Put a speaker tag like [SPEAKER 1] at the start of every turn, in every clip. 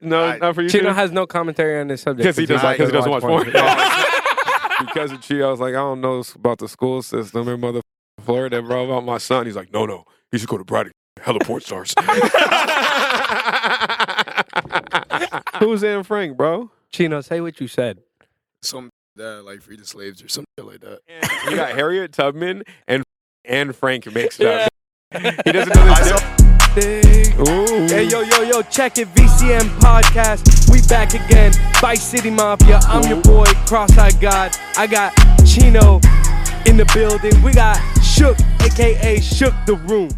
[SPEAKER 1] No,
[SPEAKER 2] I-
[SPEAKER 1] not for you.
[SPEAKER 3] Chino
[SPEAKER 1] too?
[SPEAKER 3] has no commentary on this subject.
[SPEAKER 1] Yes, he does.
[SPEAKER 2] Nah,
[SPEAKER 1] Because he doesn't watch porn.
[SPEAKER 3] porn.
[SPEAKER 1] because of Chi, I was like, I don't know about the school system in mother Florida, bro. About my son, he's like, no, no, he should go to Braddock. Hella porn stars. Who's Anne Frank, bro?
[SPEAKER 3] Chino, say what you said.
[SPEAKER 2] Some that like freed the slaves or something like that.
[SPEAKER 1] You got Harriet Tubman and Anne Frank mixed
[SPEAKER 3] Yeah.
[SPEAKER 1] up. He doesn't know
[SPEAKER 2] I
[SPEAKER 1] this.
[SPEAKER 2] saw-
[SPEAKER 3] Hey,
[SPEAKER 1] Ooh.
[SPEAKER 3] yo, yo, yo, check it. VCM podcast. We back again. Vice City Mafia. I'm your boy, Cross Eye God. I got Chino in the building. We got Shook, aka Shook the Room.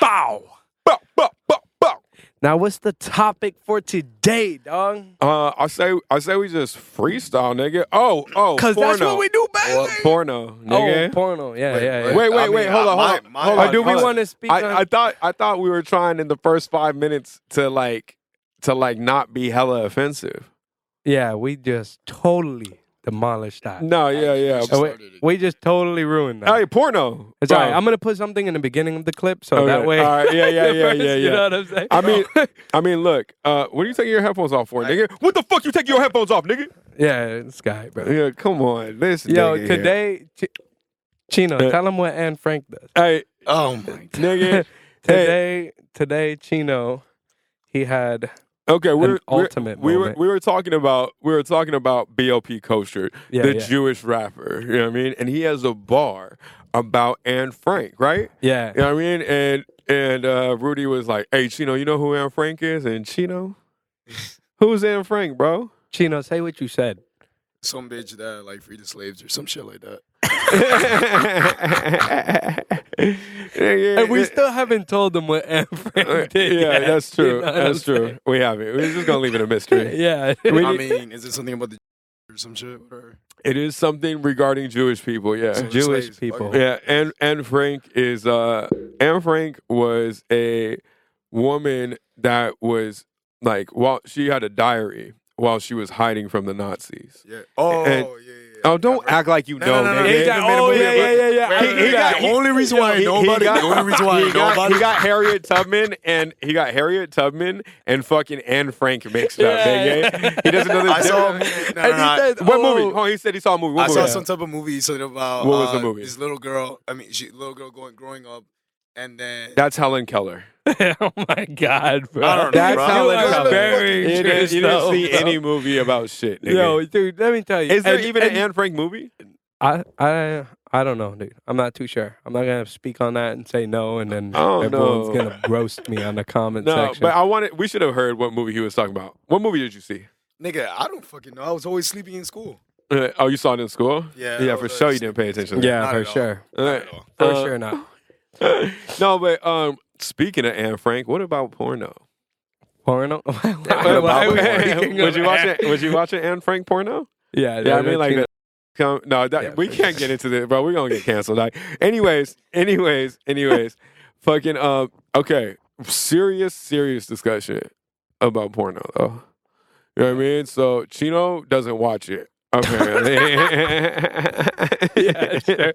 [SPEAKER 3] Bow.
[SPEAKER 1] Bow, bow, bow, bow.
[SPEAKER 3] Now, what's the topic for today, dog?
[SPEAKER 1] Uh, I say, I say, we just freestyle, nigga. Oh, oh,
[SPEAKER 3] Because
[SPEAKER 1] porno.
[SPEAKER 3] that's what we do, baby.
[SPEAKER 1] Well, porno, nigga.
[SPEAKER 3] Oh, porno. Yeah, yeah, yeah.
[SPEAKER 1] Wait, wait,
[SPEAKER 2] I mean,
[SPEAKER 1] wait. Hold on,
[SPEAKER 2] my-
[SPEAKER 1] hold on.
[SPEAKER 2] my-
[SPEAKER 1] hold
[SPEAKER 3] Or
[SPEAKER 1] on.
[SPEAKER 3] do we
[SPEAKER 1] hold on.
[SPEAKER 3] want to speak on?
[SPEAKER 1] I, I thought I thought we were trying in the first five minutes to like to like not be hella offensive.
[SPEAKER 3] yeah, we just totally demolished that.
[SPEAKER 1] No, yeah, yeah.
[SPEAKER 2] Just
[SPEAKER 3] Oh, wait,
[SPEAKER 2] started it.
[SPEAKER 3] we just totally ruined that.
[SPEAKER 1] Hey, porno.
[SPEAKER 3] It's
[SPEAKER 1] bro.
[SPEAKER 3] all right. I'm gonna put something in the beginning of the clip so
[SPEAKER 1] Okay,
[SPEAKER 3] that way.
[SPEAKER 1] all right, yeah, yeah,
[SPEAKER 3] the
[SPEAKER 1] yeah, yeah,
[SPEAKER 3] You
[SPEAKER 1] yeah.
[SPEAKER 3] know what I'm saying?
[SPEAKER 1] I mean, I mean, look. Uh, what are you taking your headphones off for, nigga? What the fuck you taking your headphones off, nigga?
[SPEAKER 3] yeah, this guy, bro.
[SPEAKER 1] Yeah, come on, this
[SPEAKER 3] Yo,
[SPEAKER 1] nigga here.
[SPEAKER 3] today, Ch- Chino,
[SPEAKER 1] Uh,
[SPEAKER 3] tell him what Anne Frank does.
[SPEAKER 1] hey,
[SPEAKER 2] Oh my!
[SPEAKER 1] nigga. hey,
[SPEAKER 3] Today, today, Chino, he had
[SPEAKER 1] okay, we're, we're
[SPEAKER 3] ultimate
[SPEAKER 1] we were
[SPEAKER 3] moment.
[SPEAKER 1] we were talking about we were talking about BLP Kosher,
[SPEAKER 3] Yeah,
[SPEAKER 1] the
[SPEAKER 3] yeah.
[SPEAKER 1] Jewish rapper. You know what I mean? And he has a bar about Anne Frank, right?
[SPEAKER 3] yeah.
[SPEAKER 1] You know what I mean? And and uh, Rudy was like, "Hey, Chino, you know who Anne Frank is?" And Chino, who's Anne Frank, bro?
[SPEAKER 3] Chino, say what you said.
[SPEAKER 2] Some bitch that like freed the slaves or some shit like that.
[SPEAKER 3] And
[SPEAKER 1] and
[SPEAKER 3] we still haven't told him what Anne Frank did.
[SPEAKER 1] Uh, yeah,
[SPEAKER 3] yet.
[SPEAKER 1] that's
[SPEAKER 3] You
[SPEAKER 1] true.
[SPEAKER 3] know what
[SPEAKER 1] that's
[SPEAKER 3] I'm
[SPEAKER 1] true. We haven't. We're just gonna leave it a mystery.
[SPEAKER 3] saying? Yeah.
[SPEAKER 1] We-
[SPEAKER 2] I mean, is it something about the or some shit? Or
[SPEAKER 1] It is something regarding Jewish people. Yeah,
[SPEAKER 2] some
[SPEAKER 3] Jewish
[SPEAKER 2] slaves, fuck
[SPEAKER 3] people.
[SPEAKER 2] it.
[SPEAKER 1] Yeah, and and Frank is uh Anne Frank was a woman that was like while she had a diary while she was hiding from the Nazis.
[SPEAKER 2] Yeah. Oh
[SPEAKER 1] And-
[SPEAKER 2] yeah. yeah, yeah.
[SPEAKER 1] Oh, don't
[SPEAKER 2] I've heard-
[SPEAKER 1] act like you
[SPEAKER 2] No,
[SPEAKER 1] know,
[SPEAKER 2] no, no, no,
[SPEAKER 1] nigga.
[SPEAKER 2] he got-
[SPEAKER 1] Wait a
[SPEAKER 2] oh,
[SPEAKER 1] minute,
[SPEAKER 2] yeah,
[SPEAKER 1] wait a minute.
[SPEAKER 3] yeah, yeah.
[SPEAKER 1] Wait a
[SPEAKER 3] He-
[SPEAKER 1] minute,
[SPEAKER 3] he
[SPEAKER 1] wait a
[SPEAKER 3] got-
[SPEAKER 1] minute.
[SPEAKER 2] the only reason why I
[SPEAKER 1] He-
[SPEAKER 2] know
[SPEAKER 1] he
[SPEAKER 2] about it,
[SPEAKER 1] got-
[SPEAKER 2] the only reason why I
[SPEAKER 1] he
[SPEAKER 2] know
[SPEAKER 1] got,
[SPEAKER 2] about
[SPEAKER 1] he
[SPEAKER 2] it,
[SPEAKER 1] got Harriet Tubman and he got Harriet Tubman and fucking Anne Frank mixed up.
[SPEAKER 3] Yeah.
[SPEAKER 1] nigga. He doesn't know this.
[SPEAKER 2] I saw. No, no, no, I-
[SPEAKER 1] what
[SPEAKER 3] oh,
[SPEAKER 1] movie? Oh, he said he saw a movie. What
[SPEAKER 2] I
[SPEAKER 1] movie?
[SPEAKER 2] saw some type of movie something about
[SPEAKER 1] What was the
[SPEAKER 2] uh,
[SPEAKER 1] movie?
[SPEAKER 2] This little girl. I mean, she little girl going growing up, and then
[SPEAKER 1] That's Helen Keller.
[SPEAKER 3] oh my God, bro.
[SPEAKER 2] I don't know,
[SPEAKER 1] That's
[SPEAKER 2] bro.
[SPEAKER 1] how
[SPEAKER 3] you
[SPEAKER 1] it
[SPEAKER 3] are
[SPEAKER 1] happened.
[SPEAKER 3] very
[SPEAKER 1] You didn't, you didn't
[SPEAKER 3] Christo,
[SPEAKER 1] see
[SPEAKER 3] bro.
[SPEAKER 1] any movie about shit. Nigga.
[SPEAKER 3] Yo, dude, let me tell you.
[SPEAKER 1] is there
[SPEAKER 3] And-
[SPEAKER 1] even
[SPEAKER 3] and-
[SPEAKER 1] an Anne Frank movie?
[SPEAKER 3] I I I don't know, dude. I'm not too sure. I'm not gonna speak on that and say no, and then
[SPEAKER 1] Oh,
[SPEAKER 3] everyone's
[SPEAKER 1] no.
[SPEAKER 3] gonna roast me on the comment
[SPEAKER 1] No,
[SPEAKER 3] section.
[SPEAKER 1] but I wanted. We should have heard what movie he was talking about. What movie did you see?
[SPEAKER 2] nigga, I don't fucking know. I was always sleeping in school.
[SPEAKER 1] Uh, oh, you saw it in school.
[SPEAKER 2] Yeah,
[SPEAKER 1] yeah.
[SPEAKER 2] I
[SPEAKER 1] For
[SPEAKER 2] was, uh,
[SPEAKER 1] sure, you didn't pay attention. to
[SPEAKER 3] yeah,
[SPEAKER 2] Not
[SPEAKER 3] for
[SPEAKER 2] at all.
[SPEAKER 3] sure,
[SPEAKER 1] that.
[SPEAKER 2] Not at all.
[SPEAKER 3] for
[SPEAKER 1] Uh,
[SPEAKER 3] sure not
[SPEAKER 1] no, but um, speaking of Anne Frank, what about porno?
[SPEAKER 3] porno. Why-
[SPEAKER 1] What
[SPEAKER 3] why
[SPEAKER 1] about-
[SPEAKER 3] are we speaking
[SPEAKER 1] would you
[SPEAKER 3] of
[SPEAKER 1] watch
[SPEAKER 3] that?
[SPEAKER 1] it? Would you watch an Anne Frank porno?
[SPEAKER 3] Yeah,
[SPEAKER 1] Yeah, I mean like that. Come, no, that,
[SPEAKER 3] Yeah,
[SPEAKER 1] we
[SPEAKER 3] for
[SPEAKER 1] can't get into this, bro. We're gonna get canceled. Like, anyways, anyways, anyways, fucking um, okay, serious, serious discussion about porno though. You know what I mean? So Chino doesn't watch it apparently.
[SPEAKER 3] Yeah, sure,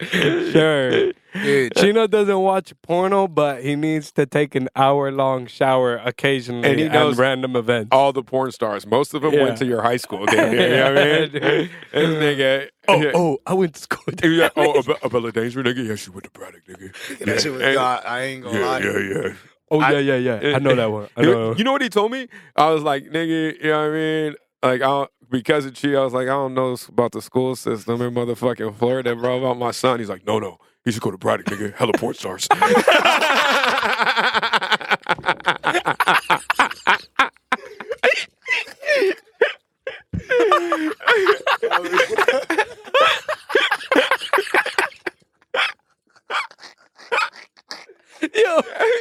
[SPEAKER 3] sure.
[SPEAKER 2] Dude,
[SPEAKER 3] Chino doesn't watch porno, but he needs to take an hour-long shower occasionally
[SPEAKER 1] And he
[SPEAKER 3] at
[SPEAKER 1] knows-
[SPEAKER 3] random events.
[SPEAKER 1] all the porn stars. Most of them
[SPEAKER 3] Yeah.
[SPEAKER 1] went to your high school. Dude, you know what I mean?
[SPEAKER 3] Dude.
[SPEAKER 1] This nigga.
[SPEAKER 3] Oh,
[SPEAKER 1] yeah.
[SPEAKER 3] oh, I went to school. with that
[SPEAKER 1] Yeah, oh,
[SPEAKER 3] bitch.
[SPEAKER 1] Ab- Abella Danger, nigga. Yeah, she went to Braddock, nigga. Yeah,
[SPEAKER 2] that shit was,
[SPEAKER 1] and-
[SPEAKER 2] God, I ain't gonna
[SPEAKER 1] yeah,
[SPEAKER 2] lie.
[SPEAKER 1] yeah, yeah.
[SPEAKER 3] oh
[SPEAKER 1] I-
[SPEAKER 3] yeah, yeah, yeah. I know that one. I
[SPEAKER 1] You-
[SPEAKER 3] know. that one.
[SPEAKER 1] You know what he told me? I was like, nigga, you know what I mean? Like, I don't, because of Chi, I was like, I don't know about the school system in motherfucking Florida, bro. About my son, he's like, no, no, he should go to Braddock, nigga. Hella porn stars.
[SPEAKER 3] Yo,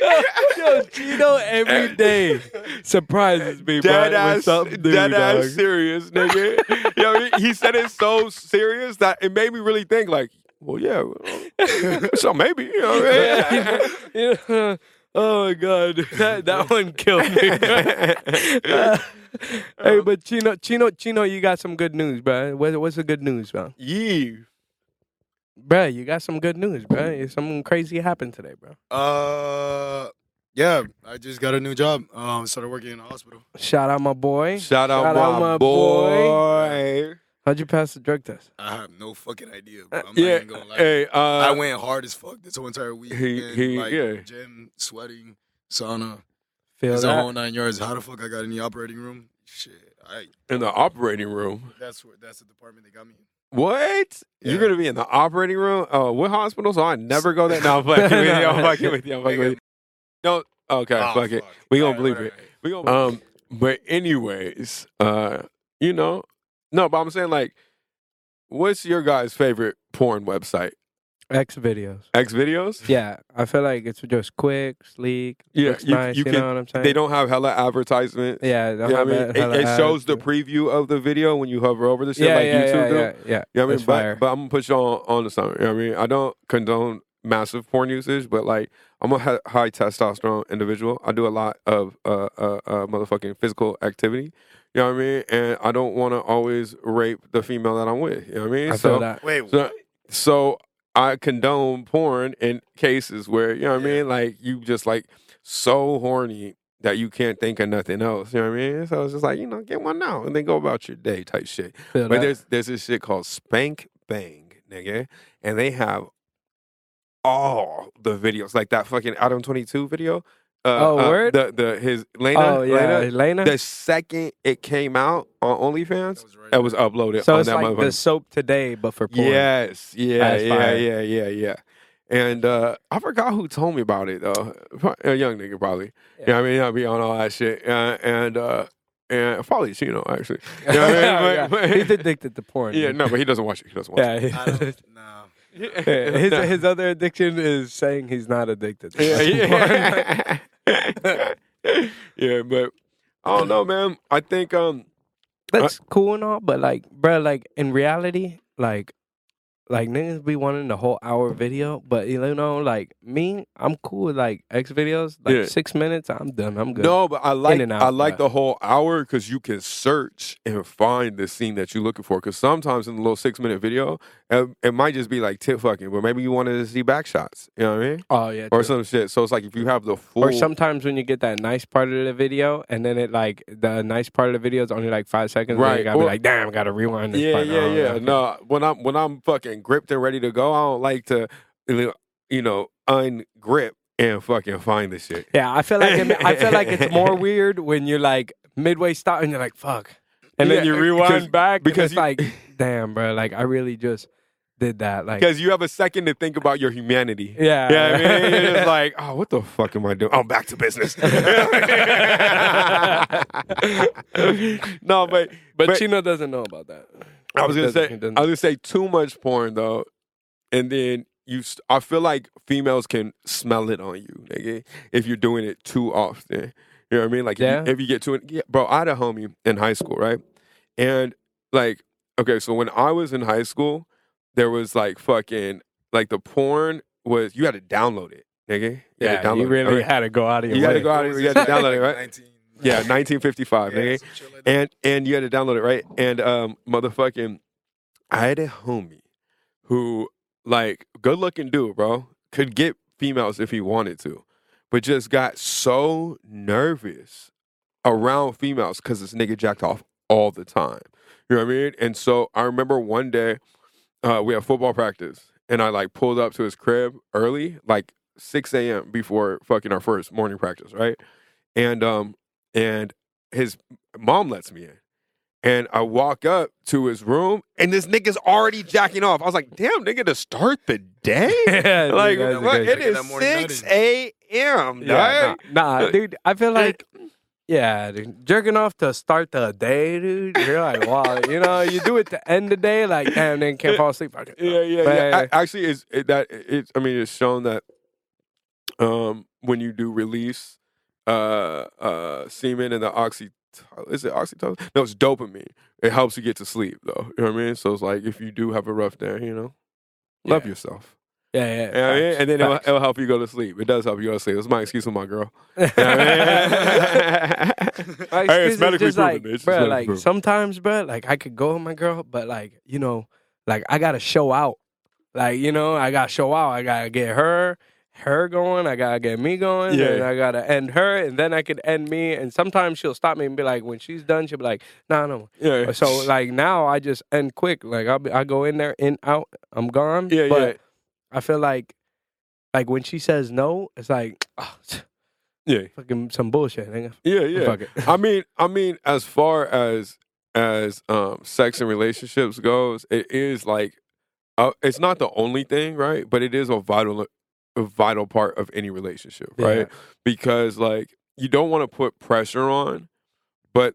[SPEAKER 3] yo, yo, Gino every day surprises me, bro.
[SPEAKER 1] dead
[SPEAKER 3] with
[SPEAKER 1] ass,
[SPEAKER 3] something new,
[SPEAKER 1] dead
[SPEAKER 3] dog.
[SPEAKER 1] ass serious, nigga. you know what I mean? He said it so serious that it made me really think, like, well, yeah, well, so maybe, you know what I mean?
[SPEAKER 3] Yeah, yeah, yeah. Oh my god, that, that one killed me. bro. hey, but Chino, Chino, Chino, you got some good news, bro. What, what's the good news, bro?
[SPEAKER 1] Yeah.
[SPEAKER 3] Bro, you got some good news, bro. Something crazy happened today, bro.
[SPEAKER 2] Uh, Yeah, I just got a new job. Um, started working in a hospital.
[SPEAKER 3] Shout out my boy.
[SPEAKER 1] Shout out
[SPEAKER 3] Shout
[SPEAKER 1] my,
[SPEAKER 3] out my
[SPEAKER 1] boy.
[SPEAKER 3] How'd you pass the drug test?
[SPEAKER 2] I have no fucking idea. But I'm not
[SPEAKER 1] Yeah.
[SPEAKER 2] even gonna lie.
[SPEAKER 1] Hey, uh,
[SPEAKER 2] I went hard as fuck this whole entire week.
[SPEAKER 1] He-
[SPEAKER 2] man.
[SPEAKER 1] he-
[SPEAKER 2] like,
[SPEAKER 1] yeah.
[SPEAKER 2] Gym, sweating, sauna.
[SPEAKER 3] Feel
[SPEAKER 2] It's a
[SPEAKER 3] that?
[SPEAKER 2] whole nine yards. How the fuck I got in the operating room? Shit, I.
[SPEAKER 1] in the operating room.
[SPEAKER 2] That's where. That's the department they got me. in.
[SPEAKER 1] What? You're
[SPEAKER 2] Yeah.
[SPEAKER 1] gonna be in the operating room? Uh, what hospital? So I never go there. No, I'm fucking with you. I'm fucking with you. I'm fucking with you. No. Okay.
[SPEAKER 2] Oh,
[SPEAKER 1] fuck it. We gonna
[SPEAKER 2] Alright,
[SPEAKER 1] believe
[SPEAKER 2] alright,
[SPEAKER 1] it. We gonna. Um. But anyways, uh, you know, no. But I'm saying like, what's your guys' favorite porn website?
[SPEAKER 3] X videos.
[SPEAKER 1] X videos.
[SPEAKER 3] Yeah, I feel like it's just quick, sleek.
[SPEAKER 1] Yeah,
[SPEAKER 3] looks
[SPEAKER 1] you-
[SPEAKER 3] nice.
[SPEAKER 1] you
[SPEAKER 3] You,
[SPEAKER 1] can-
[SPEAKER 3] know what I'm saying?
[SPEAKER 1] They don't have hella advertisements.
[SPEAKER 3] Yeah,
[SPEAKER 1] You
[SPEAKER 3] don't
[SPEAKER 1] know
[SPEAKER 3] have
[SPEAKER 1] what I mean,
[SPEAKER 3] that hella
[SPEAKER 1] it, it shows the
[SPEAKER 3] attitude.
[SPEAKER 1] preview of the video when you hover over the shit
[SPEAKER 3] yeah,
[SPEAKER 1] like
[SPEAKER 3] yeah,
[SPEAKER 1] YouTube
[SPEAKER 3] yeah,
[SPEAKER 1] do.
[SPEAKER 3] yeah, yeah.
[SPEAKER 1] You know what I
[SPEAKER 3] It's
[SPEAKER 1] mean? But,
[SPEAKER 3] fire.
[SPEAKER 1] but I'm gonna put you on on the something. You know what I mean? I don't condone massive porn usage, but like I'm a hi- high testosterone individual. I do a lot of uh, uh, uh motherfucking physical activity. You know what I mean? And I don't want to always rape the female that I'm with. You know what I mean?
[SPEAKER 3] I
[SPEAKER 1] so
[SPEAKER 3] feel that.
[SPEAKER 2] Wait,
[SPEAKER 1] so so I condone porn in cases where you know what I mean. Like you just like so horny that you can't think of nothing else. You know what I mean? So it's just like you know, get one now and then go about your day type shit.
[SPEAKER 3] Feel
[SPEAKER 1] But
[SPEAKER 3] that.
[SPEAKER 1] there's there's this shit called Spank Bang, nigga, and they have all the videos, like that fucking Adam Twenty Two video. Uh,
[SPEAKER 3] Oh,
[SPEAKER 1] uh,
[SPEAKER 3] word?
[SPEAKER 1] The the his Lena.
[SPEAKER 3] oh yeah,
[SPEAKER 1] Lena,
[SPEAKER 3] Elena.
[SPEAKER 1] The second it came out on OnlyFans,
[SPEAKER 2] was right.
[SPEAKER 1] it was uploaded
[SPEAKER 3] so
[SPEAKER 1] on
[SPEAKER 3] it's
[SPEAKER 1] that
[SPEAKER 3] like the
[SPEAKER 1] motherfucker.
[SPEAKER 3] soap today, but for porn.
[SPEAKER 1] Yes, yeah,
[SPEAKER 3] That's
[SPEAKER 1] yeah,
[SPEAKER 3] fire.
[SPEAKER 1] yeah, yeah, yeah. And uh, I forgot who told me about it though. Pro- A young nigga probably. Yeah,
[SPEAKER 3] Yeah.
[SPEAKER 1] I mean, I'll be on all that shit, uh, and uh, and probably Chino actually. You know what I mean? But- but-
[SPEAKER 3] He's addicted to porn.
[SPEAKER 1] Yeah,
[SPEAKER 3] dude.
[SPEAKER 1] no, but he doesn't watch it. He doesn't watch
[SPEAKER 3] Yeah,
[SPEAKER 2] I
[SPEAKER 3] he-
[SPEAKER 2] don't, nah.
[SPEAKER 1] it.
[SPEAKER 3] his
[SPEAKER 1] No.
[SPEAKER 3] his other addiction is saying he's not addicted. To
[SPEAKER 1] yeah,
[SPEAKER 3] porn.
[SPEAKER 1] yeah. Yeah, but I don't know, man. I think um,
[SPEAKER 3] That's cool and all, but like, bruh, like in reality, like, like niggas be wanting the whole hour video, but you know, like me, I'm cool with like X videos, like
[SPEAKER 1] Yeah.
[SPEAKER 3] six minutes, I'm done, I'm good.
[SPEAKER 1] no, but I like
[SPEAKER 3] and out,
[SPEAKER 1] I like
[SPEAKER 3] yeah.
[SPEAKER 1] the whole hour because you can search and find the scene that you're looking for. Because sometimes in the little six minute video, it, it might just be like tit fucking, but maybe you wanted to see back shots. You know what I mean?
[SPEAKER 3] oh yeah,
[SPEAKER 1] Or
[SPEAKER 3] true.
[SPEAKER 1] some shit. So it's like if you have the full.
[SPEAKER 3] Or sometimes when you get that nice part of the video, and then it like the nice part of the video is only like five seconds, right?
[SPEAKER 1] Right,
[SPEAKER 3] You gotta
[SPEAKER 1] or-
[SPEAKER 3] be like, damn, I gotta rewind this.
[SPEAKER 1] yeah,
[SPEAKER 3] part.
[SPEAKER 1] yeah,
[SPEAKER 3] Oh,
[SPEAKER 1] yeah.
[SPEAKER 3] okay.
[SPEAKER 1] No, when I'm when I'm fucking gripped and ready to go, I don't like to, you know, ungrip and fucking find the shit.
[SPEAKER 3] yeah. I feel like it, I feel like it's more weird when you're like midway stop and you're like, fuck, and then
[SPEAKER 1] Yeah,
[SPEAKER 3] you rewind
[SPEAKER 1] because-
[SPEAKER 3] back
[SPEAKER 1] because
[SPEAKER 3] because it's
[SPEAKER 1] you-
[SPEAKER 3] like, damn, bro, like I really just did that, like,
[SPEAKER 1] because you have a second to think about your humanity.
[SPEAKER 3] yeah,
[SPEAKER 1] Yeah, you know what I mean, you're just like, oh, what the fuck am I doing? I'm back to business. no, but
[SPEAKER 3] but,
[SPEAKER 1] but-
[SPEAKER 3] Chino doesn't know about that.
[SPEAKER 1] I was
[SPEAKER 3] He
[SPEAKER 1] gonna
[SPEAKER 3] doesn't-
[SPEAKER 1] say, I
[SPEAKER 3] he
[SPEAKER 1] was
[SPEAKER 3] doesn't.
[SPEAKER 1] gonna say too much porn though, and then you. s- I feel like females can smell it on you, nigga, if you're doing it too often. You know what I mean? Like,
[SPEAKER 3] Yeah.
[SPEAKER 1] if, you, if you get to it, yeah, bro. I had a homie in high school, right? And like, okay, so when I was in high school, there was like fucking like the porn was you had to download it, nigga. You had to
[SPEAKER 3] you
[SPEAKER 1] download it.
[SPEAKER 3] really
[SPEAKER 1] Okay.
[SPEAKER 3] had to go out of your
[SPEAKER 1] You had
[SPEAKER 3] way.
[SPEAKER 1] to go out
[SPEAKER 2] What
[SPEAKER 1] and
[SPEAKER 2] was
[SPEAKER 1] you had
[SPEAKER 2] this,
[SPEAKER 1] to download it,
[SPEAKER 2] like
[SPEAKER 1] right?
[SPEAKER 2] 19?
[SPEAKER 1] Yeah, 1955,
[SPEAKER 2] Yeah,
[SPEAKER 1] nigga.
[SPEAKER 2] some shit like that.
[SPEAKER 1] And and you had to download it, right? And um, motherfucking, I had a homie who, like, good looking dude, bro, could get females if he wanted to, but just got so nervous around females because this nigga jacked off all the time. You know what I mean? And so I remember one day uh, we had football practice, and I like pulled up to his crib early, like 6 a.m. before fucking our first morning practice, right? And um, and his mom lets me in. And I walk up to his room, and this nigga's already jacking off. I was like, damn, nigga, to start the day?
[SPEAKER 3] Yeah,
[SPEAKER 1] like,
[SPEAKER 3] you guys are
[SPEAKER 1] what?
[SPEAKER 3] crazy.
[SPEAKER 1] it is
[SPEAKER 2] That morning
[SPEAKER 1] 6
[SPEAKER 2] nutting.
[SPEAKER 1] a.m.,
[SPEAKER 3] Yeah,
[SPEAKER 1] dog.
[SPEAKER 3] nah, nah, dude. I feel like yeah, dude. Jerking off to start the day, dude. You're like, wow. You know, you do it to end the day, like damn, then can't fall asleep. Okay.
[SPEAKER 1] yeah, yeah,
[SPEAKER 3] But-
[SPEAKER 1] yeah. A- Actually, is it, that it's? I mean, it's shown that um, when you do release uh, uh, semen and the oxy, is it oxytocin? No, it's dopamine. It helps you get to sleep, though. You know what I mean? So it's like if you do have a rough day, you know, love
[SPEAKER 3] Yeah.
[SPEAKER 1] yourself.
[SPEAKER 3] Yeah, yeah.
[SPEAKER 1] You know what I mean?
[SPEAKER 3] facts,
[SPEAKER 1] And then it'll,
[SPEAKER 3] facts.
[SPEAKER 1] it'll help you go to sleep. It does help you go to sleep. It's my excuse with my girl. You know what I mean?
[SPEAKER 3] My
[SPEAKER 1] Hey, it's
[SPEAKER 3] excuse is
[SPEAKER 1] medically proven,
[SPEAKER 3] just like,
[SPEAKER 1] bitch. It's
[SPEAKER 3] bruh,
[SPEAKER 1] medically
[SPEAKER 3] like
[SPEAKER 1] proven.
[SPEAKER 3] sometimes, bro, like I could go with my girl, but like you know, like I gotta show out. Like you know, I gotta show out. I gotta get her, her going. I gotta get me going.
[SPEAKER 1] Yeah.
[SPEAKER 3] And I gotta end her, and then I could end me. And sometimes she'll stop me and be like, when she's done, she'll be like, no, no.
[SPEAKER 1] Yeah.
[SPEAKER 3] So like now I just end quick. Like I I go in there, in out. I'm gone.
[SPEAKER 1] yeah,
[SPEAKER 3] but
[SPEAKER 1] yeah,
[SPEAKER 3] I feel like like when she says no, it's like oh,
[SPEAKER 1] yeah,
[SPEAKER 3] fucking some bullshit. Nigga.
[SPEAKER 1] yeah, yeah.
[SPEAKER 3] Fuck it.
[SPEAKER 1] I mean, I mean, as far as as um sex and relationships goes, it is like uh, it's not the only thing, right? But it is a vital uh, a vital part of any relationship, right? because like you don't want to put pressure on, but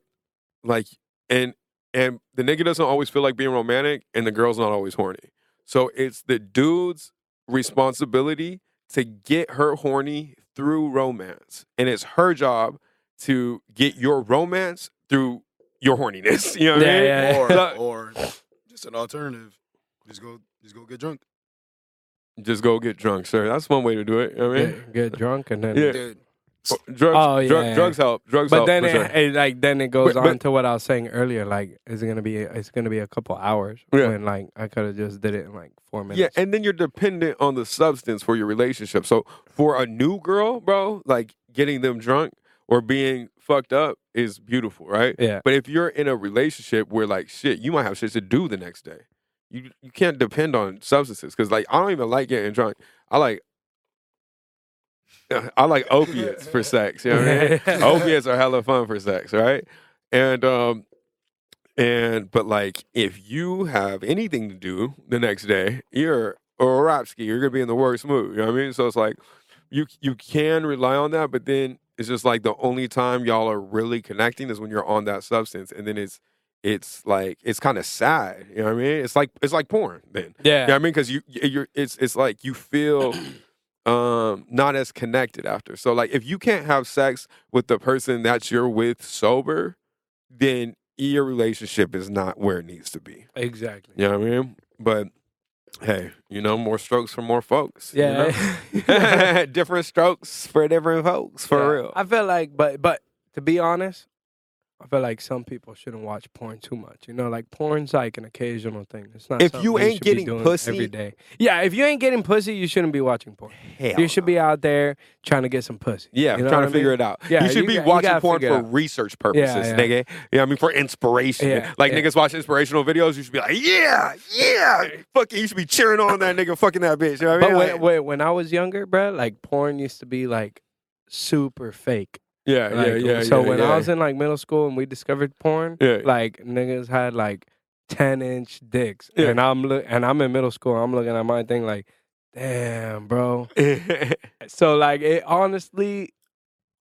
[SPEAKER 1] like and and the nigga doesn't always feel like being romantic and the girl's not always horny. So it's the dude's responsibility to get her horny through romance. And it's her job to get your romance through your horniness. You know what I
[SPEAKER 3] Yeah,
[SPEAKER 1] mean?
[SPEAKER 3] yeah,
[SPEAKER 2] Or,
[SPEAKER 1] Look.
[SPEAKER 2] or just an alternative. Just go, just go get drunk.
[SPEAKER 1] Just go get drunk, sir. That's one way to do it. You know what I mean?
[SPEAKER 3] Get, get drunk and then.
[SPEAKER 1] Yeah.
[SPEAKER 2] Dude,
[SPEAKER 1] Drugs,
[SPEAKER 3] Oh, yeah,
[SPEAKER 1] drug-
[SPEAKER 3] yeah.
[SPEAKER 1] drugs help. Drugs
[SPEAKER 3] But
[SPEAKER 1] help.
[SPEAKER 3] then
[SPEAKER 1] for
[SPEAKER 3] it,
[SPEAKER 1] sure.
[SPEAKER 3] it, like then it goes
[SPEAKER 1] But-
[SPEAKER 3] on
[SPEAKER 1] but-
[SPEAKER 3] to what I was saying earlier. Like, is it gonna be? It's gonna be a couple hours.
[SPEAKER 1] Yeah.
[SPEAKER 3] When like I could have just did it in like four minutes.
[SPEAKER 1] Yeah, and then you're dependent on the substance for your relationship. So for a new girl, bro, like getting them drunk or being fucked up is beautiful, right?
[SPEAKER 3] yeah.
[SPEAKER 1] But if you're in a relationship where like shit, you might have shit to do the next day. You you can't depend on substances because like I don't even like getting drunk. I like I like opiates for sex. You know what I mean? opiates are hella fun for sex, right? And um and but like if you have anything to do the next day, you're or Rapsky, you're gonna be in the worst mood. You know what I mean? So it's like you you can rely on that, but then it's just like the only time y'all are really connecting is when you're on that substance, and then it's it's like it's kind of sad. You know what I mean? It's like it's like porn then.
[SPEAKER 3] yeah.
[SPEAKER 1] You know what I mean? Because you you're it's it's like you feel um not as connected after. So like if you can't have sex with the person that you're with sober, then your relationship is not where it needs to be.
[SPEAKER 3] Exactly.
[SPEAKER 1] You know what I mean? But hey, you know, more strokes for more folks. you
[SPEAKER 3] Yeah.
[SPEAKER 1] know? different strokes for different folks, for
[SPEAKER 3] Yeah.
[SPEAKER 1] real.
[SPEAKER 3] I feel like, but but to be honest, I feel like some people shouldn't watch porn too much. You know, like porn's like an occasional thing. It's not.
[SPEAKER 1] If
[SPEAKER 3] something
[SPEAKER 1] you ain't
[SPEAKER 3] should be
[SPEAKER 1] getting
[SPEAKER 3] doing
[SPEAKER 1] pussy-
[SPEAKER 3] every day, yeah. If you ain't getting pussy, you shouldn't be watching porn.
[SPEAKER 1] Hell
[SPEAKER 3] you should
[SPEAKER 1] no.
[SPEAKER 3] be out there trying to get some pussy.
[SPEAKER 1] Yeah,
[SPEAKER 3] you know
[SPEAKER 1] trying to
[SPEAKER 3] what I
[SPEAKER 1] figure
[SPEAKER 3] mean?
[SPEAKER 1] it out.
[SPEAKER 3] Yeah,
[SPEAKER 1] you should
[SPEAKER 3] you
[SPEAKER 1] be
[SPEAKER 3] got- you
[SPEAKER 1] watching
[SPEAKER 3] gotta
[SPEAKER 1] porn
[SPEAKER 3] figure
[SPEAKER 1] for
[SPEAKER 3] it out.
[SPEAKER 1] research purposes,
[SPEAKER 3] yeah.
[SPEAKER 1] nigga. You know what I mean? For inspiration.
[SPEAKER 3] Yeah,
[SPEAKER 1] like
[SPEAKER 3] yeah.
[SPEAKER 1] niggas watch inspirational videos, you should be like, yeah, yeah. Fucking, you should be cheering on that nigga, fucking that bitch. You know what I
[SPEAKER 3] But
[SPEAKER 1] mean?
[SPEAKER 3] when,
[SPEAKER 1] Like-
[SPEAKER 3] when, when I was younger, bro, like porn used to be like super fake.
[SPEAKER 1] yeah,
[SPEAKER 3] Like,
[SPEAKER 1] Uh, yeah, yeah.
[SPEAKER 3] So
[SPEAKER 1] yeah,
[SPEAKER 3] when
[SPEAKER 1] yeah.
[SPEAKER 3] I was in like middle school and we discovered porn,
[SPEAKER 1] Yeah.
[SPEAKER 3] like niggas had like ten inch dicks,
[SPEAKER 1] Yeah.
[SPEAKER 3] and I'm look and I'm in middle school. I'm looking at my thing like, damn, bro. So like it honestly,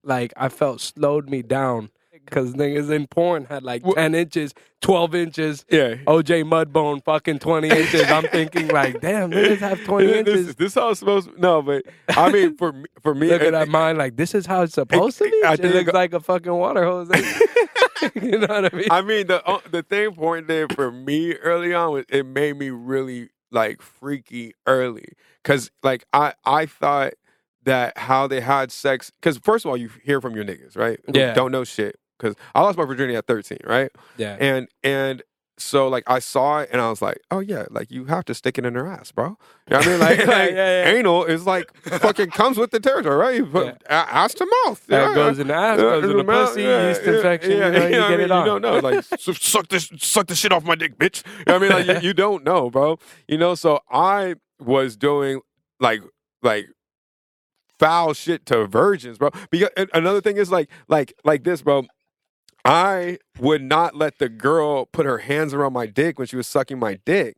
[SPEAKER 3] like I felt slowed me down because niggas in porn had like
[SPEAKER 1] Wha-
[SPEAKER 3] ten inches, twelve inches.
[SPEAKER 1] yeah.
[SPEAKER 3] OJ Mudbone, fucking twenty inches. I'm thinking like, damn, niggas have twenty
[SPEAKER 1] this,
[SPEAKER 3] inches.
[SPEAKER 1] This, this how it's supposed to No, but I mean, for me, for me
[SPEAKER 3] looking
[SPEAKER 1] it-
[SPEAKER 3] at mine like this is how it's supposed to be.
[SPEAKER 1] I
[SPEAKER 3] It
[SPEAKER 1] think- uh,
[SPEAKER 3] looks like a fucking water hose. you know what I mean?
[SPEAKER 1] I mean, the uh, the thing point there for me early on was it made me really like freaky early because like I I thought that how they had sex because first of all you hear from your niggas right who
[SPEAKER 3] Yeah.
[SPEAKER 1] don't know shit because I lost my virginity at thirteen right
[SPEAKER 3] yeah.
[SPEAKER 1] and and so like I saw it and I was like oh yeah like you have to stick it in her ass bro you know what I mean like,
[SPEAKER 3] Yeah,
[SPEAKER 1] like,
[SPEAKER 3] yeah, yeah.
[SPEAKER 1] anal is like fucking comes with the territory right you put
[SPEAKER 3] Yeah.
[SPEAKER 1] a- ass to mouth
[SPEAKER 3] That
[SPEAKER 1] Yeah.
[SPEAKER 3] goes in the ass,
[SPEAKER 1] Yeah,
[SPEAKER 3] goes in the
[SPEAKER 1] mouth,
[SPEAKER 3] pussy,
[SPEAKER 1] yeah,
[SPEAKER 3] yeast
[SPEAKER 1] yeah,
[SPEAKER 3] infection.
[SPEAKER 1] yeah,
[SPEAKER 3] you
[SPEAKER 1] yeah,
[SPEAKER 3] know, you
[SPEAKER 1] I
[SPEAKER 3] get
[SPEAKER 1] mean,
[SPEAKER 3] it on.
[SPEAKER 1] don't know, like "Su- suck this, suck the shit off my dick, bitch. You know what I mean, like you, you don't know, bro. You know, so I was doing like like foul shit to virgins, bro. Because and another thing is like like like this, bro. I would not let the girl put her hands around my dick when she was sucking my dick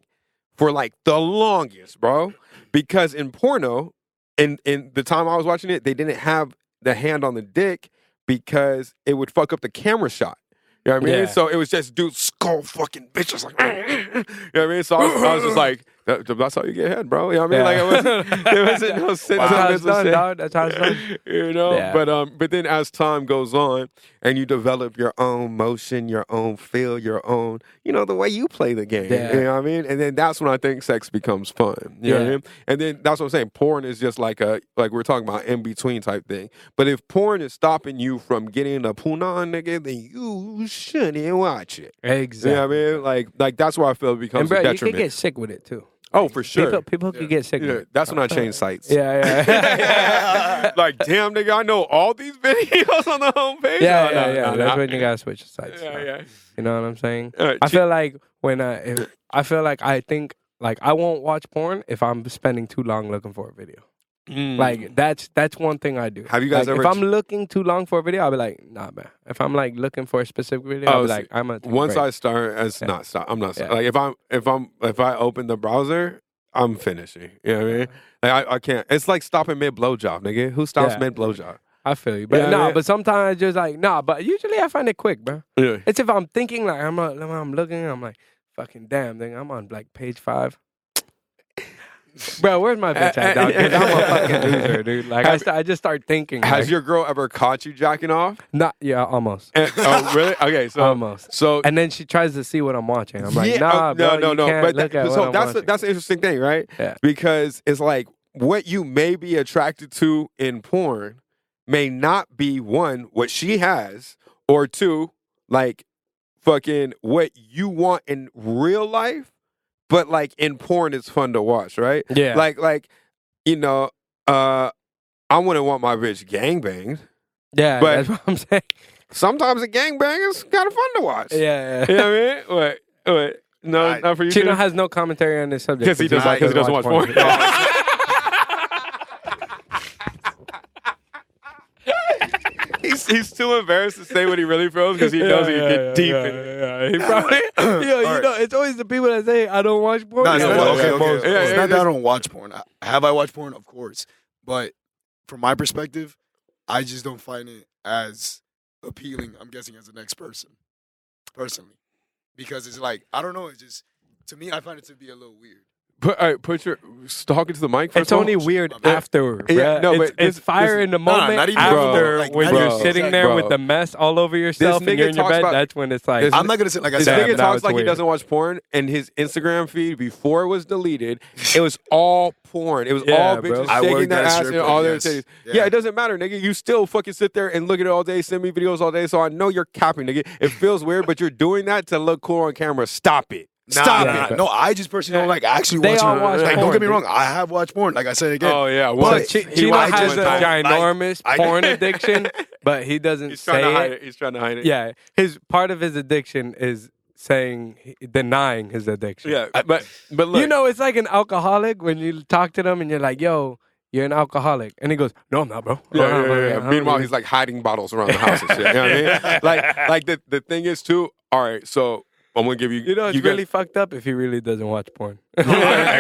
[SPEAKER 1] for like the longest, bro. Because in porno, in in the time I was watching it, they didn't have the hand on the dick because it would fuck up the camera shot. You know what I mean?
[SPEAKER 3] Yeah.
[SPEAKER 1] So it was just dude skull fucking bitches like you know what I mean? So I was, I was just like, that- that's how you get head, bro. You know what I mean?
[SPEAKER 3] Yeah.
[SPEAKER 1] Like it wasn't there wasn't no sense
[SPEAKER 3] That's
[SPEAKER 1] of
[SPEAKER 3] how
[SPEAKER 1] this
[SPEAKER 3] it's
[SPEAKER 1] was
[SPEAKER 3] done,
[SPEAKER 1] it.
[SPEAKER 3] dog. That's how it's done.
[SPEAKER 1] you know
[SPEAKER 3] Yeah.
[SPEAKER 1] but um but then as time goes on and you develop your own motion your own feel your own you know the way you play the game
[SPEAKER 3] Yeah.
[SPEAKER 1] you know what i mean and then that's when i think sex becomes fun you know what i
[SPEAKER 3] Yeah.
[SPEAKER 1] mean and then that's what i'm saying porn is just like a like we're talking about in between type thing but if porn is stopping you from getting a punan nigga then you shouldn't watch it
[SPEAKER 3] Exactly.
[SPEAKER 1] you know what i mean like like that's where i feel it becomes
[SPEAKER 3] And bro,
[SPEAKER 1] a
[SPEAKER 3] you can
[SPEAKER 1] detriment
[SPEAKER 3] get sick with it too.
[SPEAKER 1] Oh, for sure.
[SPEAKER 3] People, people
[SPEAKER 2] Yeah.
[SPEAKER 3] could Uh, get sick.
[SPEAKER 1] yeah, that's when I changed sites.
[SPEAKER 3] Yeah, yeah.
[SPEAKER 1] like, damn, nigga, I know all these videos on the homepage.
[SPEAKER 3] Yeah,
[SPEAKER 1] No,
[SPEAKER 3] yeah,
[SPEAKER 1] no,
[SPEAKER 3] yeah.
[SPEAKER 1] no,
[SPEAKER 3] That's
[SPEAKER 1] no.
[SPEAKER 3] when you gotta switch sides.
[SPEAKER 1] Yeah,
[SPEAKER 3] bro.
[SPEAKER 1] yeah.
[SPEAKER 3] You know what I'm saying?
[SPEAKER 1] All right,
[SPEAKER 3] I
[SPEAKER 1] Chi-
[SPEAKER 3] feel like when I, if, I feel like I think like I won't watch porn if I'm spending too long looking for a video.
[SPEAKER 1] Mm.
[SPEAKER 3] Like that's that's one thing I do.
[SPEAKER 1] Have you guys
[SPEAKER 3] Like,
[SPEAKER 1] ever
[SPEAKER 3] If
[SPEAKER 1] ch-
[SPEAKER 3] I'm looking too long for a video, I'll be like, nah, man. If I'm like looking for a specific video, I'll
[SPEAKER 1] Oh,
[SPEAKER 3] be
[SPEAKER 1] see,
[SPEAKER 3] like, I'm gonna take a
[SPEAKER 1] once
[SPEAKER 3] break.
[SPEAKER 1] I start, it's
[SPEAKER 3] Yeah.
[SPEAKER 1] not stop. I'm not
[SPEAKER 3] Yeah.
[SPEAKER 1] like if I'm if I'm if I open the browser, I'm finishing. You know what
[SPEAKER 3] Uh-huh.
[SPEAKER 1] I mean? Like, I, I can't. It's like stopping mid blowjob, nigga. Who stops
[SPEAKER 3] Yeah.
[SPEAKER 1] mid blowjob?
[SPEAKER 3] I feel you, but
[SPEAKER 1] Yeah,
[SPEAKER 3] nah.
[SPEAKER 1] yeah.
[SPEAKER 3] But sometimes it's just like nah. But usually I find it quick, bro.
[SPEAKER 1] Yeah.
[SPEAKER 3] It's if I'm thinking like I'm uh, I'm looking, I'm like fucking damn thing. I'm on like page five. Bro, where's my bitch at, dog? 'Cause I'm a fucking loser, dude. Like I,
[SPEAKER 1] Have-
[SPEAKER 3] sta- I just start thinking.
[SPEAKER 1] Has
[SPEAKER 3] like,
[SPEAKER 1] your girl ever caught you jacking off?
[SPEAKER 3] not? Yeah, almost,
[SPEAKER 1] And- oh, really? Okay, so
[SPEAKER 3] almost.
[SPEAKER 1] so
[SPEAKER 3] And then she tries to see what I'm watching. I'm like,
[SPEAKER 1] Yeah,
[SPEAKER 3] nah,
[SPEAKER 1] oh,
[SPEAKER 3] bro, you can't
[SPEAKER 1] But
[SPEAKER 3] look
[SPEAKER 1] that-
[SPEAKER 3] at
[SPEAKER 1] so
[SPEAKER 3] what I'm
[SPEAKER 1] that's the,
[SPEAKER 3] watching.
[SPEAKER 1] that's an interesting thing, right?
[SPEAKER 3] Yeah.
[SPEAKER 1] Because it's like what you may be attracted to in porn may not be one what she has, or two, like fucking what you want in real life. But like in porn, it's fun to watch, right?
[SPEAKER 3] yeah,
[SPEAKER 1] Like like you know, uh, I wouldn't want my bitch gangbanged.
[SPEAKER 3] yeah,
[SPEAKER 1] but-
[SPEAKER 3] that's what I'm saying.
[SPEAKER 1] Sometimes a gangbang is kind of fun to watch.
[SPEAKER 3] Yeah,
[SPEAKER 1] You know what I mean? What? What? No,
[SPEAKER 2] I-
[SPEAKER 1] not for you.
[SPEAKER 3] Chino
[SPEAKER 1] too?
[SPEAKER 3] has no commentary on this subject
[SPEAKER 1] 'Cause he does
[SPEAKER 3] like
[SPEAKER 1] like- 'cause he doesn't watch porn. He's, he's too embarrassed to say what he really feels because he knows he
[SPEAKER 3] yeah,
[SPEAKER 1] get
[SPEAKER 3] yeah,
[SPEAKER 1] deep
[SPEAKER 3] yeah,
[SPEAKER 1] in it.
[SPEAKER 3] yeah. He probably, yo, you
[SPEAKER 2] Alright.
[SPEAKER 3] know, it's always the people that say I don't watch porn.
[SPEAKER 2] No, it's
[SPEAKER 1] Yeah,
[SPEAKER 2] not,
[SPEAKER 1] yeah,
[SPEAKER 2] okay,
[SPEAKER 1] yeah,
[SPEAKER 2] okay,
[SPEAKER 1] yeah,
[SPEAKER 2] okay.
[SPEAKER 1] yeah,
[SPEAKER 2] it's
[SPEAKER 1] yeah,
[SPEAKER 2] not that I
[SPEAKER 1] it's-
[SPEAKER 2] don't watch porn. I- Have I watched porn? Of course. But from my perspective, I just don't find it as appealing, I'm guessing, as the next person, personally. Because it's like, I don't know, it's just, to me, I find it to be a little weird.
[SPEAKER 1] Put, all right, put your talking to the mic. First
[SPEAKER 3] It's only weird
[SPEAKER 2] Yeah.
[SPEAKER 3] after.
[SPEAKER 1] Yeah,
[SPEAKER 3] bruh.
[SPEAKER 1] no,
[SPEAKER 3] it's,
[SPEAKER 1] but this-
[SPEAKER 3] it's fire
[SPEAKER 1] this-
[SPEAKER 3] in the
[SPEAKER 2] Nah,
[SPEAKER 3] moment
[SPEAKER 2] not even-
[SPEAKER 3] after
[SPEAKER 2] Bro, like,
[SPEAKER 3] when
[SPEAKER 2] not
[SPEAKER 3] you're
[SPEAKER 2] even-
[SPEAKER 3] sitting there
[SPEAKER 1] Bro.
[SPEAKER 3] with the mess all over yourself
[SPEAKER 1] nigga
[SPEAKER 3] and you're in your
[SPEAKER 1] talks
[SPEAKER 3] bed.
[SPEAKER 1] about-
[SPEAKER 3] that's when it's like,
[SPEAKER 1] This-
[SPEAKER 2] I'm not going to sit like I
[SPEAKER 1] This
[SPEAKER 2] said.
[SPEAKER 3] Damn,
[SPEAKER 1] nigga
[SPEAKER 3] that was
[SPEAKER 1] talks like
[SPEAKER 3] weird.
[SPEAKER 1] he doesn't watch porn, and his Instagram feed before it was deleted, it was all porn. It was
[SPEAKER 3] Yeah,
[SPEAKER 1] all
[SPEAKER 3] bro.
[SPEAKER 1] bitches
[SPEAKER 2] I
[SPEAKER 1] shaking
[SPEAKER 2] worked
[SPEAKER 1] their
[SPEAKER 2] at a
[SPEAKER 1] ass
[SPEAKER 2] strip
[SPEAKER 1] and
[SPEAKER 2] club,
[SPEAKER 1] all their
[SPEAKER 2] yes.
[SPEAKER 1] titties. Yeah.
[SPEAKER 2] Yeah.
[SPEAKER 1] it doesn't matter, nigga. You still fucking sit there and look at it all day, send me videos all day, so I know you're capping, nigga. It feels weird, but you're doing that to look cool on camera. Stop it.
[SPEAKER 2] Nah,
[SPEAKER 1] Stop
[SPEAKER 2] nah,
[SPEAKER 1] it.
[SPEAKER 2] No, I just personally don't like actually
[SPEAKER 3] They all
[SPEAKER 2] watching
[SPEAKER 3] watch
[SPEAKER 2] Like,
[SPEAKER 3] porn,
[SPEAKER 2] don't get me
[SPEAKER 3] dude.
[SPEAKER 2] wrong, I have watched porn. Like I said again.
[SPEAKER 1] Oh yeah,
[SPEAKER 3] so
[SPEAKER 1] what?
[SPEAKER 2] but
[SPEAKER 3] Chi-
[SPEAKER 2] he
[SPEAKER 3] Chino
[SPEAKER 2] watches
[SPEAKER 3] has a
[SPEAKER 2] porn.
[SPEAKER 3] ginormous
[SPEAKER 2] I-
[SPEAKER 3] porn addiction, but he doesn't
[SPEAKER 1] He's
[SPEAKER 3] say
[SPEAKER 1] trying to hide
[SPEAKER 3] it.
[SPEAKER 1] it. He's trying to hide it.
[SPEAKER 3] Yeah, his part of his addiction is saying denying his addiction.
[SPEAKER 1] yeah. But but look,
[SPEAKER 3] you know, it's like an alcoholic when you talk to them and you're like, "Yo, you're an alcoholic," and he goes, "No, I'm not, bro."
[SPEAKER 1] Yeah, yeah, yeah, yeah. Meanwhile, he's like hiding bottles around the house and shit. You know what I mean? Like, like the, the thing is too. All right, so I'm gonna give you.
[SPEAKER 3] You know, it's
[SPEAKER 1] guys-
[SPEAKER 3] really fucked up if he really doesn't watch porn.
[SPEAKER 1] I-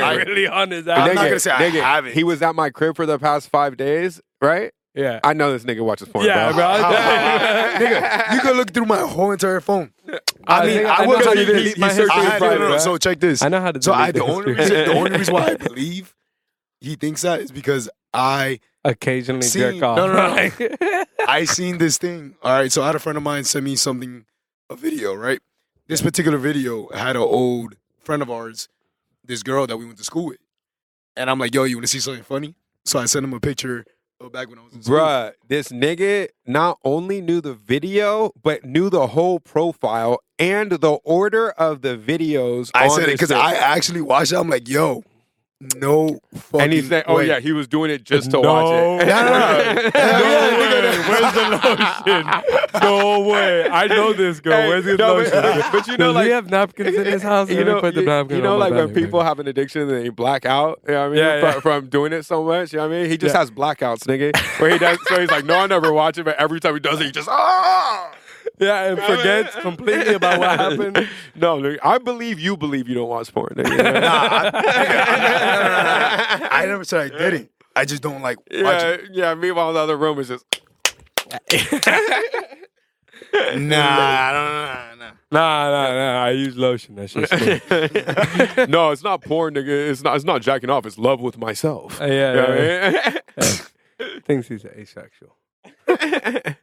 [SPEAKER 3] Like, really on his
[SPEAKER 1] Nigga,
[SPEAKER 2] I'm
[SPEAKER 3] ass.
[SPEAKER 2] not gonna say I
[SPEAKER 1] nigga,
[SPEAKER 2] haven't.
[SPEAKER 1] He was at my crib for the past five days, right?
[SPEAKER 3] Yeah.
[SPEAKER 1] I know this nigga watches porn.
[SPEAKER 3] Yeah, bro.
[SPEAKER 2] nigga, you could look through my whole entire phone.
[SPEAKER 3] I
[SPEAKER 2] I mean,
[SPEAKER 3] think-
[SPEAKER 2] I,
[SPEAKER 3] I
[SPEAKER 2] will
[SPEAKER 3] know
[SPEAKER 2] tell
[SPEAKER 3] how
[SPEAKER 2] you
[SPEAKER 3] to
[SPEAKER 2] this.
[SPEAKER 3] delete my
[SPEAKER 2] he searched
[SPEAKER 3] history
[SPEAKER 2] it in
[SPEAKER 3] in
[SPEAKER 2] private, private.
[SPEAKER 3] right?
[SPEAKER 2] So check this.
[SPEAKER 3] I know how to
[SPEAKER 2] So I,
[SPEAKER 3] delete
[SPEAKER 2] the
[SPEAKER 3] the
[SPEAKER 2] only
[SPEAKER 3] history.
[SPEAKER 2] reason, the only reason why I believe he thinks that is because I,
[SPEAKER 3] Occasionally
[SPEAKER 2] See,
[SPEAKER 3] jerk off.
[SPEAKER 2] no, no, no.
[SPEAKER 3] no.
[SPEAKER 2] I seen this thing. All right, so I had a friend of mine send me something, a video, right? This particular video had an old friend of ours, this girl that we went to school with, and I'm like, "Yo, you want to see something funny?" So I sent him a picture of back when I was in school.
[SPEAKER 1] Bruh, this nigga not only knew the video, but knew the whole profile and the order of the videos.
[SPEAKER 2] I
[SPEAKER 1] on
[SPEAKER 2] said it
[SPEAKER 1] this
[SPEAKER 2] because
[SPEAKER 1] shit.
[SPEAKER 2] I actually watched it. I'm like, "Yo, no fucking."
[SPEAKER 1] And he said, "Oh
[SPEAKER 2] way.
[SPEAKER 1] yeah, he was doing it just to
[SPEAKER 3] No.
[SPEAKER 1] watch it."
[SPEAKER 2] No, no, no.
[SPEAKER 1] No
[SPEAKER 2] Yeah, yeah,
[SPEAKER 1] way.
[SPEAKER 2] nigga,
[SPEAKER 3] Where's the lotion? No way. I know this girl.
[SPEAKER 1] Hey,
[SPEAKER 3] Where's this
[SPEAKER 1] no,
[SPEAKER 3] lotion?
[SPEAKER 1] But, but you know,
[SPEAKER 3] Does
[SPEAKER 1] like
[SPEAKER 3] we have napkins in this house.
[SPEAKER 1] you
[SPEAKER 3] Let me
[SPEAKER 1] know,
[SPEAKER 3] put the
[SPEAKER 1] you,
[SPEAKER 3] napkin
[SPEAKER 1] you know,
[SPEAKER 3] on my
[SPEAKER 1] like when
[SPEAKER 3] belly,
[SPEAKER 1] people
[SPEAKER 3] nigga.
[SPEAKER 1] have an addiction and they black out, you know what I mean?
[SPEAKER 3] Yeah, yeah.
[SPEAKER 1] From, from doing it so much, you know what I mean? He just has blackouts, nigga. Where he does, so he's like, no, I never watch it, but every time he does it, he just, ah!
[SPEAKER 3] yeah, and forgets completely about what happened.
[SPEAKER 1] No, nigga, I believe you believe you don't watch porn, nigga.
[SPEAKER 2] Nah, I, nigga, I'm not- I never said I didn't. I just don't like watching.
[SPEAKER 1] yeah, yeah, meanwhile, the other room is just,
[SPEAKER 2] Nah, I don't know. Nah, nah.
[SPEAKER 3] Nah, nah, nah. I use lotion. That shit's good.
[SPEAKER 1] no, it's not porn, nigga. It's not, it's not jacking off. It's love with myself.
[SPEAKER 3] Uh, yeah,
[SPEAKER 1] You know what
[SPEAKER 3] yeah,
[SPEAKER 1] I mean?
[SPEAKER 3] Thinks he's asexual.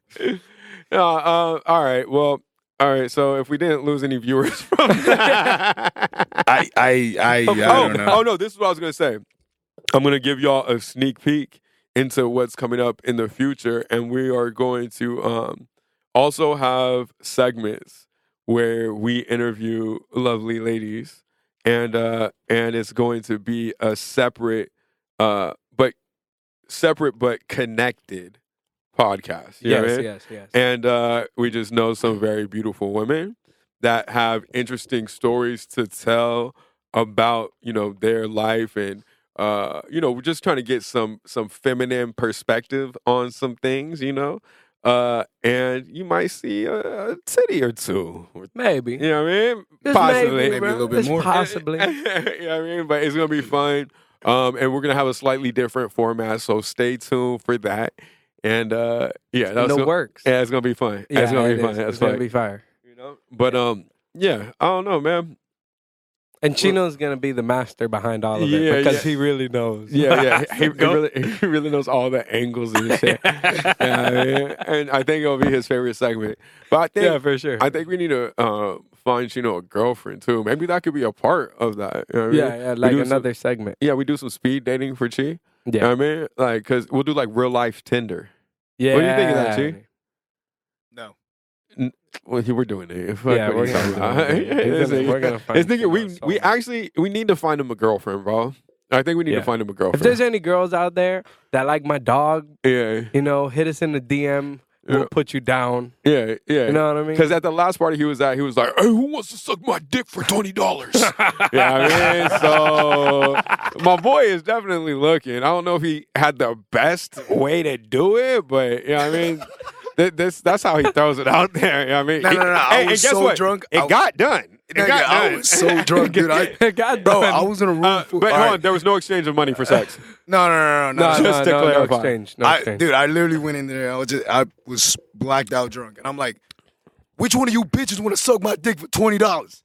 [SPEAKER 1] Uh, uh, all right. Well, all right. So if we didn't lose any viewers from that.
[SPEAKER 2] I, I, I, I
[SPEAKER 1] oh,
[SPEAKER 2] don't know.
[SPEAKER 1] oh, no. This is what I was going to say. I'm going to give y'all a sneak peek into what's coming up in the future. And we are going to um, also have segments where we interview lovely ladies and uh, and it's going to be a separate, uh, but separate but connected podcast. You know what I
[SPEAKER 3] yes,
[SPEAKER 1] mean?
[SPEAKER 3] yes, yes.
[SPEAKER 1] And uh, we just know some very beautiful women that have interesting stories to tell about, you know, their life and uh, you know, we're just trying to get some some feminine perspective on some things, you know. Uh, and you might see a, a titty or two. or-
[SPEAKER 3] maybe.
[SPEAKER 1] You know what I mean?
[SPEAKER 3] Just
[SPEAKER 1] Possibly.
[SPEAKER 2] Maybe a
[SPEAKER 3] bro.
[SPEAKER 2] little bit
[SPEAKER 3] Just
[SPEAKER 2] more.
[SPEAKER 3] Possibly.
[SPEAKER 1] you know what I mean? But it's gonna be fun. Um, and we're gonna have a slightly different format, so stay tuned for that. And uh, yeah, that's
[SPEAKER 3] in the
[SPEAKER 1] gonna-
[SPEAKER 3] works.
[SPEAKER 1] yeah, it's gonna be fun.
[SPEAKER 3] Yeah,
[SPEAKER 1] it's gonna
[SPEAKER 3] it
[SPEAKER 1] be fun.
[SPEAKER 3] is.
[SPEAKER 1] That's
[SPEAKER 3] It's gonna
[SPEAKER 1] fun.
[SPEAKER 3] be fire.
[SPEAKER 1] you know? But um, yeah, I don't know, man.
[SPEAKER 3] And Chino's gonna be the master behind all of it
[SPEAKER 1] Yeah,
[SPEAKER 3] because
[SPEAKER 1] yeah.
[SPEAKER 3] he really knows.
[SPEAKER 1] Yeah, yeah. He, he
[SPEAKER 3] Go-
[SPEAKER 1] really, he really knows all the angles and shit. Yeah, I mean, and I think it'll be his favorite segment. But I think
[SPEAKER 3] yeah, for sure.
[SPEAKER 1] I think we need to uh, find you know a girlfriend too. Maybe that could be a part of that. you know what I mean?
[SPEAKER 3] yeah, yeah, like
[SPEAKER 1] do some-
[SPEAKER 3] another segment.
[SPEAKER 1] yeah. We do some speed dating for Chi. You
[SPEAKER 3] Yeah,
[SPEAKER 1] know what I mean, like, cause we'll do like real life Tinder.
[SPEAKER 3] yeah.
[SPEAKER 1] What do you think of that, G?
[SPEAKER 2] No.
[SPEAKER 1] Well, he- we're doing it. Fuck
[SPEAKER 3] Yeah,
[SPEAKER 1] what
[SPEAKER 3] we're
[SPEAKER 1] you
[SPEAKER 3] gonna,
[SPEAKER 1] talking about.
[SPEAKER 3] do it. He's
[SPEAKER 1] This
[SPEAKER 3] gonna-
[SPEAKER 1] nigga-
[SPEAKER 3] we're gonna find.
[SPEAKER 1] This nigga, we
[SPEAKER 3] Chino's
[SPEAKER 1] we
[SPEAKER 3] soul.
[SPEAKER 1] actually we need to find him a girlfriend, bro. I think we need
[SPEAKER 3] Yeah.
[SPEAKER 1] to find him a
[SPEAKER 3] If
[SPEAKER 1] girlfriend.
[SPEAKER 3] there's any girls out there that like my dog,
[SPEAKER 1] yeah,
[SPEAKER 3] you know, hit us in the DM.
[SPEAKER 1] Yeah.
[SPEAKER 3] We'll put you down.
[SPEAKER 1] yeah, yeah.
[SPEAKER 3] You know what I mean?
[SPEAKER 1] Because at the last party he was at, he was like, "Hey, who wants to suck my dick for twenty dollars?" yeah, I mean, so my boy is definitely looking. I don't know if he had the best way to do it, but you know what I mean. Th- This that's how he throws it out there. You know what I mean,
[SPEAKER 2] No, no, no, I
[SPEAKER 1] Hey, and
[SPEAKER 2] was
[SPEAKER 1] guess
[SPEAKER 2] so
[SPEAKER 1] what?
[SPEAKER 2] drunk,
[SPEAKER 1] It
[SPEAKER 2] I-
[SPEAKER 1] got done. It
[SPEAKER 2] Nigga,
[SPEAKER 1] got done.
[SPEAKER 2] I was so drunk, dude. I,
[SPEAKER 3] God,
[SPEAKER 2] bro,
[SPEAKER 3] damn.
[SPEAKER 2] I was in a room.
[SPEAKER 1] Uh,
[SPEAKER 2] full-
[SPEAKER 1] but
[SPEAKER 2] All
[SPEAKER 1] hold
[SPEAKER 2] right.
[SPEAKER 1] on, there was no exchange of money for sex.
[SPEAKER 2] No, no, no, no,
[SPEAKER 3] no,
[SPEAKER 2] no.
[SPEAKER 3] no,
[SPEAKER 1] just to
[SPEAKER 3] no,
[SPEAKER 1] clarify.
[SPEAKER 3] no exchange, no
[SPEAKER 2] I,
[SPEAKER 3] exchange.
[SPEAKER 2] dude, I literally went in there. I was just, I was blacked out drunk, and I'm like, "Which one of you bitches want to suck my dick for twenty dollars?"